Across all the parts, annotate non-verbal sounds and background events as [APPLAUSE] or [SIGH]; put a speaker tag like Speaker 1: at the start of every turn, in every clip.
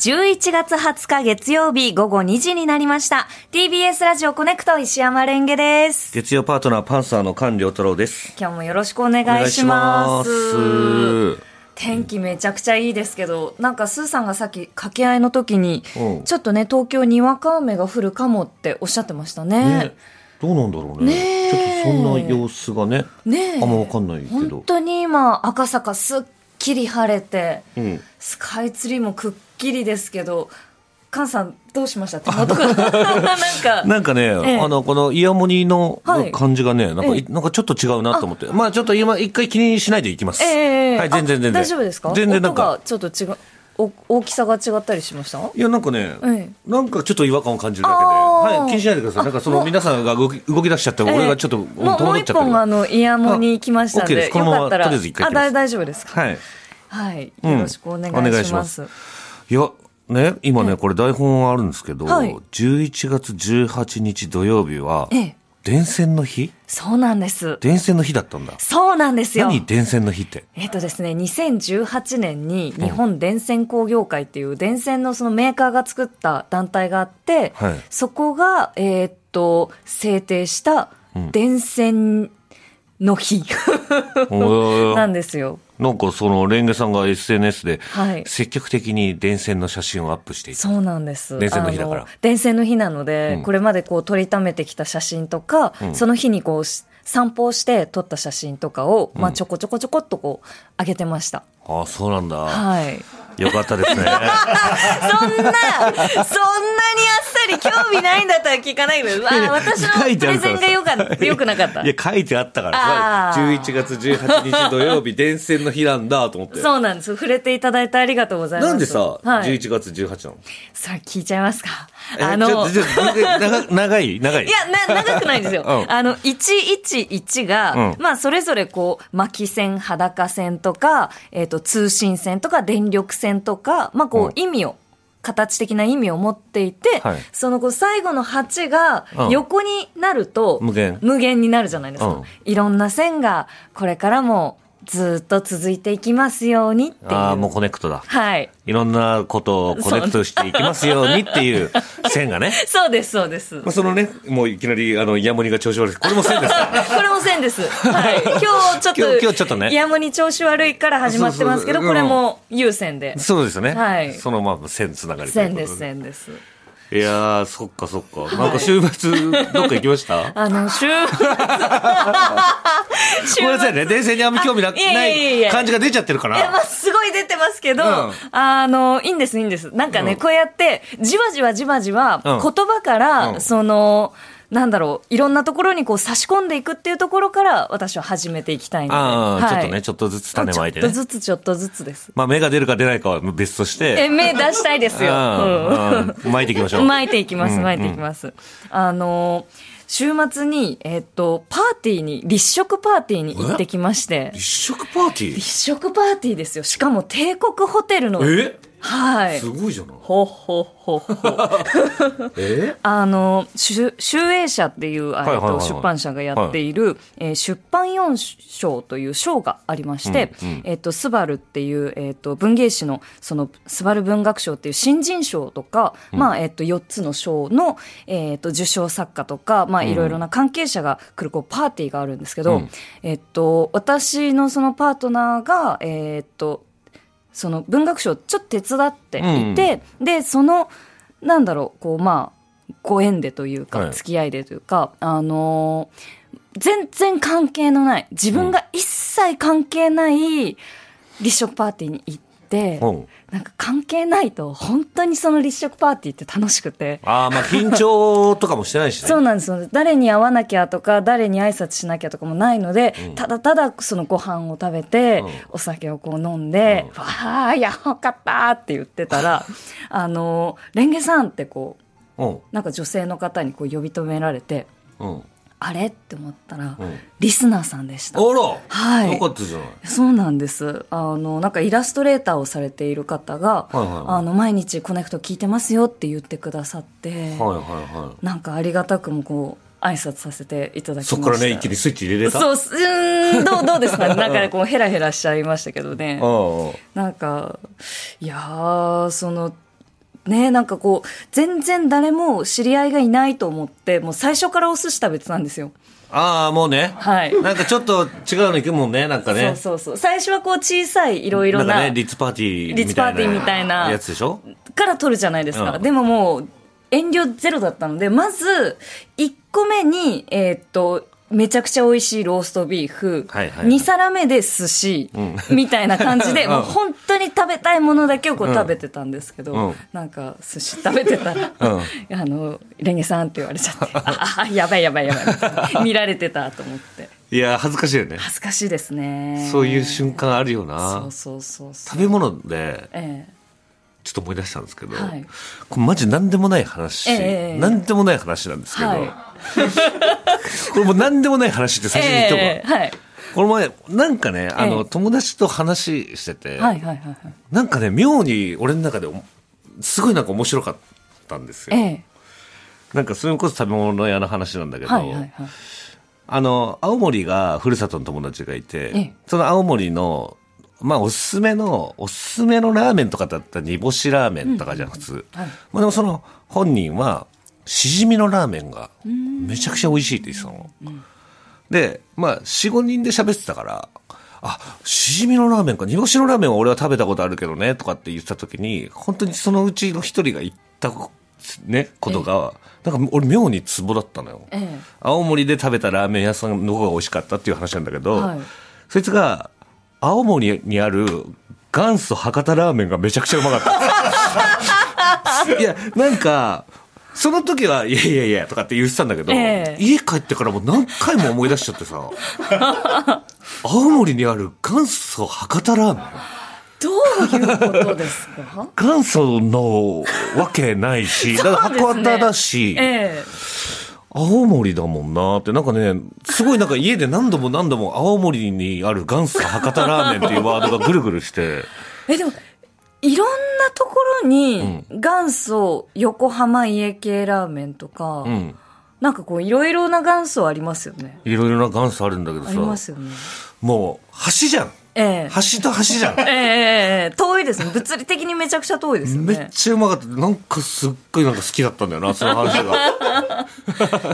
Speaker 1: 11月20日月曜日午後2時になりました。TBS ラジオコネクト石山レンゲです。
Speaker 2: 月曜パートナーパンサーの菅良太郎です。
Speaker 1: 今日もよろしくお願いします。
Speaker 2: お願いします
Speaker 1: 天気めちゃくちゃいいですけど、なんかスーさんがさっき掛け合いの時に
Speaker 2: うん、
Speaker 1: ちょっとね、東京にわか雨が降るかもっておっしゃってましたね
Speaker 2: ね。、どうなんだろうね。
Speaker 1: ねえ
Speaker 2: ちょっとそんな様子がね、
Speaker 1: ねえ
Speaker 2: あんまわかんないけ
Speaker 1: 本
Speaker 2: ど。
Speaker 1: 当に今、赤坂すっきり晴れて、
Speaker 2: うん、
Speaker 1: スカイツリーもくっきりですけど、菅さんどうしました手元
Speaker 2: [LAUGHS]
Speaker 1: が。なんか。
Speaker 2: なんかね、
Speaker 1: え
Speaker 2: あの、このイヤモニの
Speaker 1: はい
Speaker 2: 感じがね、なんかい、なんかちょっと違うなと思って。まあちょっと今、一回気にしないでいきます。
Speaker 1: ええ
Speaker 2: はい、全然
Speaker 1: あ
Speaker 2: 全然。
Speaker 1: 大丈夫ですか
Speaker 2: 全然なん
Speaker 1: 音
Speaker 2: か
Speaker 1: が、ちょっと違うお大きさが違ったりしました
Speaker 2: いや、なんかね、
Speaker 1: え
Speaker 2: なんかちょっと違和感を感じるだけで、
Speaker 1: あー
Speaker 2: はい、気にしないでください。なんかそ
Speaker 1: あも
Speaker 2: の
Speaker 1: う
Speaker 2: 皆さんが動き動き出しちゃって、俺がちょっと
Speaker 1: ええも
Speaker 2: 戸
Speaker 1: うもう
Speaker 2: 惑っちゃ
Speaker 1: 一
Speaker 2: ったけ
Speaker 1: 本
Speaker 2: ど
Speaker 1: あ。のイヤモニ来ましたん
Speaker 2: あ OK で
Speaker 1: です
Speaker 2: こ
Speaker 1: よ
Speaker 2: のまま
Speaker 1: かったら
Speaker 2: とりあえず一回行
Speaker 1: あ
Speaker 2: きます
Speaker 1: 大大丈夫ですか
Speaker 2: はい。
Speaker 1: はい、
Speaker 2: うん
Speaker 1: よろしくお願いします
Speaker 2: お願いしますいや、ね、今ね、これ台本あるんですけど、
Speaker 1: はい
Speaker 2: 11月18日土曜日は
Speaker 1: え、え
Speaker 2: 電線の日
Speaker 1: そうなんです
Speaker 2: 電線の日だったんだ。
Speaker 1: そうなんですよ
Speaker 2: 何電線の日
Speaker 1: [LAUGHS]
Speaker 2: って。
Speaker 1: えっとですね、2018年に日本電線工業会っていう電線のそのメーカーが作った団体があって、
Speaker 2: はい
Speaker 1: そこが、えーっと、制定した電線の日
Speaker 2: おー
Speaker 1: なんですよ。
Speaker 2: なんかその、レンゲさんが SNS で
Speaker 1: はい、
Speaker 2: 積極的に電線の写真をアップしていて、
Speaker 1: そうなんです。
Speaker 2: 電線の日だから
Speaker 1: あの電線の日なので、
Speaker 2: うん
Speaker 1: これまでこう撮りためてきた写真とか、その日にこうし散歩をして撮った写真とかを、まあちょこちょこちょこっとこう上げてました。
Speaker 2: ああ、そうなんだ。
Speaker 1: はい。
Speaker 2: よかったですね。
Speaker 1: そんな、そんなにあっさり興味ないんだったら聞かないけど、あー [LAUGHS] 私
Speaker 2: 書
Speaker 1: の
Speaker 2: い
Speaker 1: プ
Speaker 2: てあ
Speaker 1: レ
Speaker 2: る
Speaker 1: ゼ
Speaker 2: から
Speaker 1: ン
Speaker 2: さ
Speaker 1: がよか
Speaker 2: [LAUGHS]
Speaker 1: った、よくなかった
Speaker 2: いや。、書いてあったから
Speaker 1: あ
Speaker 2: さ、
Speaker 1: ー
Speaker 2: 11月18日土
Speaker 1: [LAUGHS]
Speaker 2: 曜日、電線の日なんだと思って。
Speaker 1: そうなんです。触れていただいてありがとうございます。
Speaker 2: なんでさ、
Speaker 1: はい。
Speaker 2: 11月18なの
Speaker 1: さあ、聞いちゃいますか。
Speaker 2: え
Speaker 1: あの、い
Speaker 2: ちょちょ長
Speaker 1: [LAUGHS]
Speaker 2: 長い長い。
Speaker 1: や、な、長くないんですよ。
Speaker 2: うん
Speaker 1: あの、111が、
Speaker 2: うん
Speaker 1: まあ、それぞれこう、巻き線、裸線とか、えっ、と、通信線とか、電力線とか、まあ、こう
Speaker 2: うん、
Speaker 1: 意味を、形的な意味を持っていて、
Speaker 2: はい
Speaker 1: そのこう最後の8が
Speaker 2: うん
Speaker 1: 横になると、
Speaker 2: 無限
Speaker 1: 無限になるじゃないですか、
Speaker 2: うん
Speaker 1: いろんな線がこれからもずっと続いていきますようにっていう
Speaker 2: ああ、もうコネクトだ。
Speaker 1: はい
Speaker 2: いろんなことをコネクトしていきますようにって
Speaker 1: [LAUGHS]
Speaker 2: いう線がね。
Speaker 1: そうですそうです
Speaker 2: まあ、そのね、もういきなり、あの、イヤモニが調子悪いです。これも線ですから。
Speaker 1: これも線です、はい、今日ちょっと
Speaker 2: 今日今日ちょっとね
Speaker 1: イヤモニ調子悪いから始まってますけど
Speaker 2: そうそう
Speaker 1: これ
Speaker 2: そう
Speaker 1: も優先で
Speaker 2: そうですよね。
Speaker 1: はい
Speaker 2: そのまま線つながりという
Speaker 1: 線
Speaker 2: こと
Speaker 1: です。線です
Speaker 2: いやー、そっかそっか。なんか週末、どっか行きま
Speaker 1: [LAUGHS]
Speaker 2: した
Speaker 1: あ
Speaker 2: [LAUGHS]
Speaker 1: の週週
Speaker 2: ごめんなさいね。電線にあんま興味な
Speaker 1: あいやいや
Speaker 2: ない
Speaker 1: やいや
Speaker 2: い感じが出ちゃってるか
Speaker 1: いや、ま
Speaker 2: ら。
Speaker 1: あ、すごい出てますけど、
Speaker 2: うん
Speaker 1: あの、いいんです、いいんです。なんかね、
Speaker 2: うん
Speaker 1: こうやって、じわじわじわじわ、
Speaker 2: うん
Speaker 1: 言葉から、
Speaker 2: うん
Speaker 1: その、なんだろう、いろんなところにこう差し込んでいくっていうところから、私は始めていきたいので。
Speaker 2: ああ、
Speaker 1: はい
Speaker 2: ちょっとね、ちょっとずつ種まいて
Speaker 1: ちょっと
Speaker 2: ね。
Speaker 1: ずつ、ちょっとずつです。
Speaker 2: まあ、芽が出るか出ないかは別として。
Speaker 1: え、目出したいですよ。
Speaker 2: うんうん巻いていきましょう。
Speaker 1: 巻いていきま
Speaker 2: う
Speaker 1: す、
Speaker 2: ん
Speaker 1: 巻いていきます。あの、週末に、えっと、パーティーに、立食パーティーに行ってきまして
Speaker 2: 立、食パーティー
Speaker 1: 立食パーティーですよ。しかも帝国ホテルの、
Speaker 2: え
Speaker 1: はい。
Speaker 2: すごいじゃない。
Speaker 1: ほほほほ。
Speaker 2: え
Speaker 1: あの、集集英社っていう、あ
Speaker 2: はいはいはい
Speaker 1: と
Speaker 2: はい
Speaker 1: 出版社がやっている、えー出版四賞という賞がありまして、
Speaker 2: うんうん
Speaker 1: えっ、と、スバルっていう、えっ、と、文芸誌の、その、スバル文学賞っていう新人賞とか、まあ、えっ、と、4つの賞の、えっ、と、受賞作家とか、まあ、いろいろな関係者が来る、こう、パーティーがあるんですけど、
Speaker 2: うん
Speaker 1: えっ、と、私のそのパートナーが、えっ、と、その文学賞をちょっと手伝っていて、でそのなんだろうこうまあご縁でというか、
Speaker 2: はい
Speaker 1: 付き合いでというかあのー全然関係のない自分が一切関係ない立食パーティーに行って、
Speaker 2: うん。
Speaker 1: なんか関係ないと本当にその立食パーティーって楽しくて。
Speaker 2: ああ、まあ緊張とかもしてないしね。
Speaker 1: そうなんですよ誰に会わなきゃとか誰に挨拶しなきゃとかもないので、ただただそのご飯を食べて、
Speaker 2: うん
Speaker 1: お酒をこう飲んで「わあやばかった」って言ってた
Speaker 2: [LAUGHS]
Speaker 1: ら「あのレンゲさん」ってこう
Speaker 2: うん。
Speaker 1: なんか女性の方にこう呼び止められて
Speaker 2: うん。
Speaker 1: 「あれ?」って思ったら、
Speaker 2: うん
Speaker 1: リスナーさんでし
Speaker 2: あ
Speaker 1: た。
Speaker 2: ら、
Speaker 1: はい
Speaker 2: よかったじゃない。
Speaker 1: そうなんです。あの、なんかイラストレーターをされている方が、
Speaker 2: はいはいはい
Speaker 1: あの、毎日コネクト聞いてますよって言ってくださって、
Speaker 2: はいはいは
Speaker 1: なんかありがたくもこう、挨拶させていただきま
Speaker 2: い。
Speaker 1: した。
Speaker 2: そっからね、一気にスイッチ入れれた。う。
Speaker 1: そう、すうーん、どう、どうです
Speaker 2: [LAUGHS]
Speaker 1: かね。なんかねこう、ヘラヘラしちゃいましたけどね。
Speaker 2: あ
Speaker 1: なんか、いやー、その、ね、なんかこう、全然誰も知り合いがいないと思って、もう最初からお寿司食べてたんですよ。
Speaker 2: ああ、もうね。
Speaker 1: はい
Speaker 2: なんかちょっと違うの行くもんね、なんかね。
Speaker 1: そうそうそう。最初はこう小さいいろいろ
Speaker 2: なんか
Speaker 1: な、
Speaker 2: ね、リッツパーティーみたいな。
Speaker 1: リッツパーティーみたいな
Speaker 2: やつでしょ
Speaker 1: から取るじゃないですか。
Speaker 2: うん
Speaker 1: でももう、遠慮ゼロだったので、まず、1個目に、えーっと、めちゃくちゃ美味しいローストビーフ、
Speaker 2: はいはい
Speaker 1: 2皿目で寿司、みたいな感じで、
Speaker 2: うん
Speaker 1: もう本当に食べたいものだけをこう食べてたんですけど、
Speaker 2: うん
Speaker 1: なんか寿司食べてたら、
Speaker 2: うん
Speaker 1: あの、レンゲさんって言われちゃ
Speaker 2: [LAUGHS]
Speaker 1: って、あ、あやばいやばいやばいみたいな、見られてたと思って。
Speaker 2: いや、恥ずかしいよね。
Speaker 1: 恥ずかしいですね。
Speaker 2: そういう瞬間あるよ
Speaker 1: そ
Speaker 2: な
Speaker 1: う。そうそうそう。
Speaker 2: 食べ物で、
Speaker 1: ええ
Speaker 2: ちょっと思い出したんですけど、
Speaker 1: はい
Speaker 2: これマジ何でもない話、
Speaker 1: ええ
Speaker 2: 何でもない話なんですけど、
Speaker 1: は
Speaker 2: これもう何でもない話って
Speaker 1: い。
Speaker 2: 最初に言っとこう、
Speaker 1: ええはい。
Speaker 2: この前、なんかね、あの、
Speaker 1: ええ
Speaker 2: 友達と話してて、
Speaker 1: はいはいはいはい。
Speaker 2: なんかね、妙に俺の中でお、すごいなんか面白かったんですよ。
Speaker 1: ええ
Speaker 2: なんかそれこそ食べ物屋の話なんだけど、
Speaker 1: はいはいはい。
Speaker 2: あの、青森がふるさとの友達がいて、
Speaker 1: ええ
Speaker 2: その青森の、まあおすすめの、おすすめのラーメンとかだったら煮干しラーメンとかじゃん、普通。
Speaker 1: はい
Speaker 2: まあでもその本人は、しじみのラーメンがめちゃくちゃ美味しいって言ってたの。で、まあ4、5人で喋ってたから、あ、しじみのラーメンか、煮干しのラーメンは俺は食べたことあるけどね、とかって言ってた時に、本当にそのうちの一人が言ったこ、ね、ことが、なんか俺妙にツボだったのよ。
Speaker 1: ええ
Speaker 2: 青森で食べたラーメン屋さんの方が美味しかったっていう話なんだけど、
Speaker 1: はい
Speaker 2: そいつが青森にある元祖博多ラーメンがめちゃくちゃうま
Speaker 1: [LAUGHS]
Speaker 2: かった。いや、なんか、その時は、いやいやいや、とかって言ってたんだけど、
Speaker 1: ええ
Speaker 2: 家帰ってからもう何回も思い出しちゃってさ、青森にある元祖博多ラーメン
Speaker 1: どういうことですか
Speaker 2: 元祖のわけないし、だから
Speaker 1: [LAUGHS] そうです
Speaker 2: 博
Speaker 1: ね
Speaker 2: 多だし、
Speaker 1: [LAUGHS] ええ
Speaker 2: 青森だもんなって、なんかね、すごいなんか家で何度も何度も青森にある元祖博多ラーメンっていうワードがぐるぐるして、
Speaker 1: え、でも、いろんなところに、元祖横浜家系ラーメンとか、
Speaker 2: うん。
Speaker 1: なんかこう、いろいろな元祖ありますよね。
Speaker 2: いろいろな元祖あるんだけど
Speaker 1: あります
Speaker 2: さ、
Speaker 1: よね。
Speaker 2: もう橋じゃん
Speaker 1: ええ
Speaker 2: 橋と橋じゃん
Speaker 1: ええええええ遠いですね。物理的にめちゃくちゃ遠いですよ
Speaker 2: めっ
Speaker 1: ね。
Speaker 2: ちゃうまかった。なんかすっごいなんか好きだったんだよな、その話
Speaker 1: [LAUGHS]
Speaker 2: が。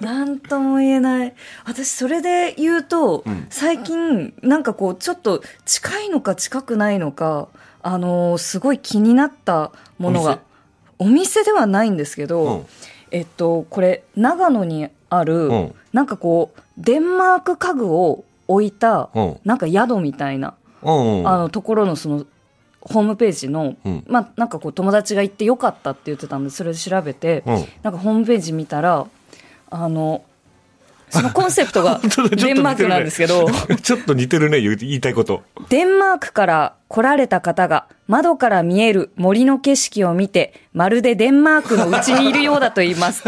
Speaker 1: なんとも言えない。私、それで言うと、最近、なんかこう、ちょっと近いのか近くないのか、あのーすごい気になったものが、お店ではないんですけど、
Speaker 2: うん
Speaker 1: えっと、これ、長野にある、
Speaker 2: うん
Speaker 1: なんかこう、デンマーク家具を置いた、
Speaker 2: うん
Speaker 1: なんか宿みたいな、
Speaker 2: うん。
Speaker 1: あのところのそのホームページの、
Speaker 2: うん
Speaker 1: まあ、なんかこう友達が行ってよかったって言ってたんでそれで調べて、
Speaker 2: うん
Speaker 1: なんかホームページ見たらあのそのコンセプトが
Speaker 2: [LAUGHS] [LAUGHS] ちょっと似て
Speaker 1: デ
Speaker 2: るね
Speaker 1: ンマークなんですけ
Speaker 2: [LAUGHS]
Speaker 1: ど、
Speaker 2: ちょっと似てるね、言う言いたいこと。
Speaker 1: デンマークから来られた方が窓から見える森の景色を見てまるでデンマークのうちにいるようだと言います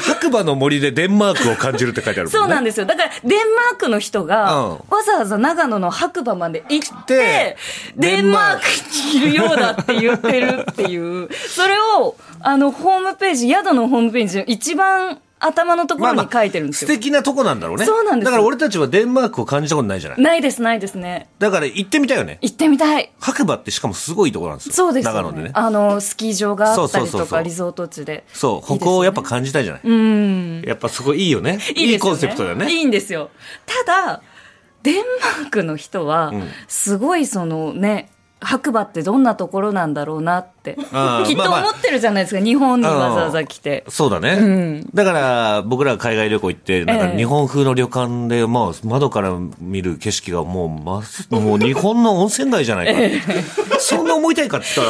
Speaker 2: 白馬の森でデンマークを感じるって書いてあるもんね。
Speaker 1: そうなんですよだからデンマークの人が、
Speaker 2: うん
Speaker 1: わざわざ長野の白馬まで行って
Speaker 2: て
Speaker 1: デ
Speaker 2: デ
Speaker 1: ン
Speaker 2: ン
Speaker 1: マー
Speaker 2: マー
Speaker 1: クにいるようだって言ってるっていうそれをあのホームページ宿のホームページの一番頭のところに書いてるんですよ、
Speaker 2: 素敵なとこなんだろうね。
Speaker 1: そうなんですよ
Speaker 2: だから俺たちはデンマークを感じたことないじゃない。
Speaker 1: ないですないですね
Speaker 2: だから行ってみたいよね。
Speaker 1: 行ってみたい
Speaker 2: 白馬ってしかもすごいところなんですよ。
Speaker 1: そうですよ
Speaker 2: 長野でね。
Speaker 1: あのスキー場があった
Speaker 2: そうそう
Speaker 1: り
Speaker 2: そう
Speaker 1: と
Speaker 2: そ
Speaker 1: か
Speaker 2: う
Speaker 1: リゾート地でい
Speaker 2: そう、
Speaker 1: い
Speaker 2: こ
Speaker 1: ですよね
Speaker 2: こをやっぱ感じたいじゃない。
Speaker 1: うん
Speaker 2: やっぱそこいいよね。
Speaker 1: いいですよね
Speaker 2: コンセプトだよ
Speaker 1: い
Speaker 2: ね。
Speaker 1: いんですよただデンマークの人は
Speaker 2: ん
Speaker 1: すごいそのね白馬ってどんなところなんだろうなってきっ
Speaker 2: あーまあ
Speaker 1: と
Speaker 2: まあ
Speaker 1: 思ってるじゃないですか日本にわざわざ来て
Speaker 2: そうだね。だから、僕ら海外旅行行って、なん
Speaker 1: え
Speaker 2: か
Speaker 1: え
Speaker 2: 日本風の旅館で、まあ、窓から見る景色がもう、まず、もう日本の温泉街じゃないか。そんな思いたいかって言っ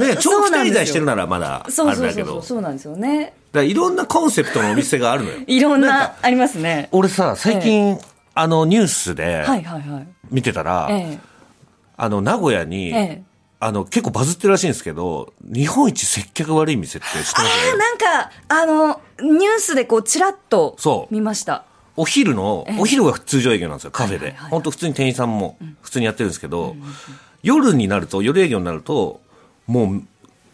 Speaker 1: [LAUGHS]
Speaker 2: ら、ね、長期滞在してるならまだ、
Speaker 1: そ
Speaker 2: あ
Speaker 1: う
Speaker 2: れ
Speaker 1: そう
Speaker 2: だ
Speaker 1: そ
Speaker 2: け
Speaker 1: うそ
Speaker 2: ど。
Speaker 1: う
Speaker 2: だ
Speaker 1: そうなんですよね
Speaker 2: からいろんなコンセプトのお店があるのよ。
Speaker 1: [LAUGHS] いろんな
Speaker 2: なんか
Speaker 1: ありますね
Speaker 2: 俺さ、最近、あの、ニュースで
Speaker 1: はいはいはい
Speaker 2: 見てたら、
Speaker 1: え
Speaker 2: あの、名古屋に、
Speaker 1: えええ
Speaker 2: あの、結構バズってるらしいんですけど、日本一接客悪い店って知ってます
Speaker 1: あーなんかあのニュースでこうちらっと
Speaker 2: そう
Speaker 1: 見ました
Speaker 2: お昼の、お昼が通常営業なんですよ、カフェ
Speaker 1: はい
Speaker 2: で。
Speaker 1: はいはい
Speaker 2: 本当普通に店員さんも普通にやってるんですけど、夜になると、夜営業になると、もう、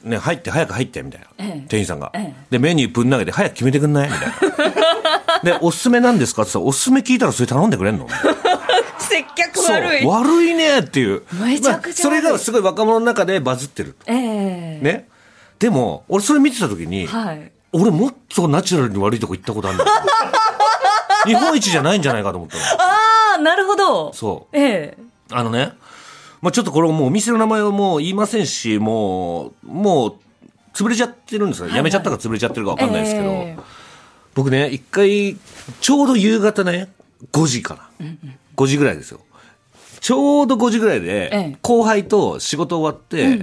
Speaker 2: ね、入って、早く入って、みたいな、
Speaker 1: ええ
Speaker 2: 店員さんが、
Speaker 1: ええ
Speaker 2: で、メニューぶん投げて、早く決めて
Speaker 1: [LAUGHS]
Speaker 2: くんないみたいな。で、おすすめなんですかって言ったら、おすすめ聞いたらそれ頼んでくれんのみたいな
Speaker 1: 接客悪い
Speaker 2: そう悪いねっていう
Speaker 1: めちゃくちゃ
Speaker 2: ま
Speaker 1: 悪い
Speaker 2: あそれがすごい若者の中でバズってる
Speaker 1: ええ
Speaker 2: ねでも俺それ見てた時に、
Speaker 1: はい
Speaker 2: 俺もっとナチュラルに悪いとこ行ったことあるんだよ
Speaker 1: [LAUGHS]
Speaker 2: 日本一じゃないんじゃないかと思ったの
Speaker 1: ああなるほど
Speaker 2: そう
Speaker 1: ええ
Speaker 2: あのね、まあ、ちょっとこれもうお店の名前をもう言いませんし、もう、もう、潰れちゃってるんですよ。やめちゃったか潰れちゃってるかわかんないですけど、
Speaker 1: ええ
Speaker 2: 僕ね、一回、ちょうど夕方ね、5時かな。5時ぐらいですよ。ちょうど5時ぐらいで、
Speaker 1: ええ
Speaker 2: 後輩と仕事終わって、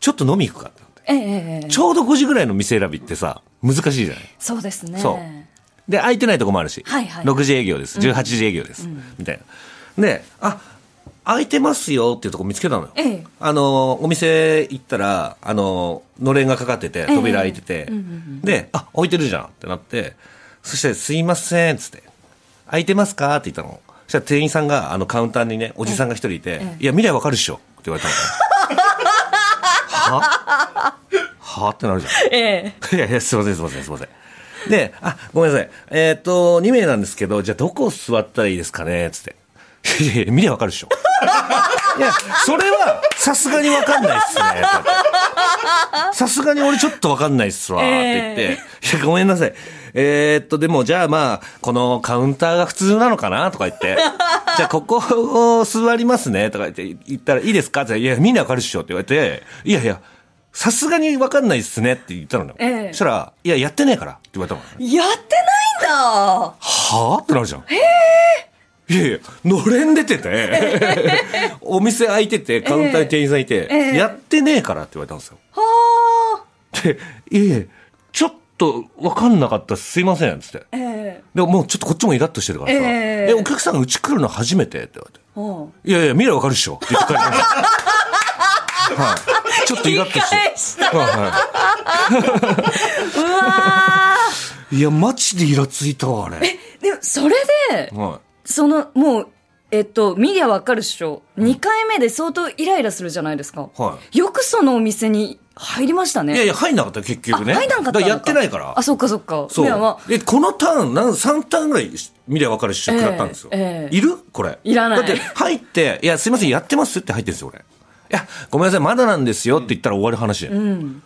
Speaker 2: ちょっと飲み行くかってなって
Speaker 1: ええええ
Speaker 2: ちょうど5時ぐらいの店選びってさ、難しいじゃない
Speaker 1: そうですね
Speaker 2: そう。で、空いてないとこもあるし、
Speaker 1: はいはい
Speaker 2: 6時営業です、18時営業です、みたいな。で、あ、空いてますよっていうとこ見つけたのよ。
Speaker 1: ええ
Speaker 2: あの、お店行ったら、あの、のれんがかかってて、扉開いてて、で、あ、置いてるじゃんってなって、そして、すいません、つって、空いてますかって言ったの。そしたら店員さんが、あの、カウンターにね、おじさんが一人いて、いや、見りゃわかるっしょって言われたの。ははってなるじゃん。
Speaker 1: ええ
Speaker 2: [LAUGHS] いやいや、すいません、すいません、すいません。で、あ、ごめんなさい。えーっ、と、2名なんですけど、じゃあどこ座ったらいいですかねつって。いやいや、見りゃわかるでしょ。いや、それは、さすがにわかんないっすね。とかってさすがに俺ちょっとわかんないっすわ、って言って。いや、 [LAUGHS] ごめんなさい。えーっと、でも、じゃあまあ、このカウンターが普通なのかなとか言
Speaker 1: [LAUGHS]
Speaker 2: って。じゃあ、ここを座りますねとか言って、言ったらいいですかって言ったら、いや、みんなわかるっしょって言われて、いやいや、さすがにわかんないっすねって言ったのよ。
Speaker 1: ええ
Speaker 2: そしたら、いや、やってねえからって言われたの。
Speaker 1: やってないんだ
Speaker 2: はあってなるじゃん。いやいや、のれん出てて、
Speaker 1: [LAUGHS]
Speaker 2: お店開いてて、カウンターに店員さんいて、
Speaker 1: ええ
Speaker 2: やってねえからって言われたんですよ。
Speaker 1: はあ
Speaker 2: で、いやいや、ちょっとわかんなかったですすいません、つって。
Speaker 1: ええ
Speaker 2: でももうちょっとこっちもイラッとしてるからさ、
Speaker 1: ええ
Speaker 2: え、お客さんがうち来るの初めてって言われて。
Speaker 1: おう
Speaker 2: いやいや、見ればわかるでしょって言って帰り [LAUGHS] ましたはい。ちょっとイラッとして。
Speaker 1: 言い返した
Speaker 2: [LAUGHS] はいは
Speaker 1: うわー
Speaker 2: い、いや、マジでイラついたわ、あれ。
Speaker 1: でもそれで
Speaker 2: は
Speaker 1: そのもうえっと見りゃわかるっしょ2回目で相当イライラするじゃないですか、
Speaker 2: は
Speaker 1: よくそのお店に入りましたね
Speaker 2: い。いやいや、入んなかったよ、結局ね。
Speaker 1: あ入んなかったの
Speaker 2: だらやってないから。
Speaker 1: あそっかそっか
Speaker 2: そ
Speaker 1: いやま
Speaker 2: う
Speaker 1: あ。
Speaker 2: え、このターン、なん3ターンぐらい見りゃ分かるし、
Speaker 1: ええ
Speaker 2: 食らったんですよ。
Speaker 1: ええ
Speaker 2: いるこれ。
Speaker 1: いらない
Speaker 2: だって、入って、いや、すいません、やってますって入ってるんですよ、俺。いや、ごめんなさい、まだなんですよって言ったら終わる話。なん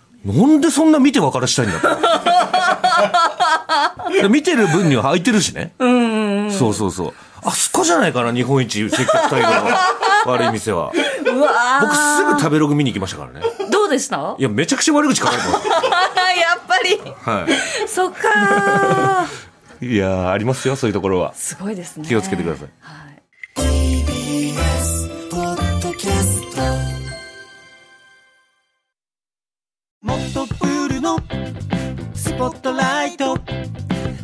Speaker 2: でそんな見て分からしたいんだ
Speaker 1: [LAUGHS]
Speaker 2: って見てる分には空いてるしね。そうそうそう。あそこじゃないかな、日本一、接客態度
Speaker 1: [LAUGHS]
Speaker 2: の悪い店は。
Speaker 1: うわー
Speaker 2: 僕すぐ食べログ見に行きましたからね。 [LAUGHS]
Speaker 1: どうでしたやっ
Speaker 2: いや、めちゃくちゃ悪口書かれてま
Speaker 1: [LAUGHS]
Speaker 2: す。
Speaker 1: ぱり
Speaker 2: は
Speaker 1: そっかー
Speaker 2: い。いやー、ありますよ、そういうところは。
Speaker 1: すごいですね
Speaker 2: 気をつけてください
Speaker 1: はい
Speaker 3: TBS ポッドキャスト
Speaker 4: もっとプールのスポットライト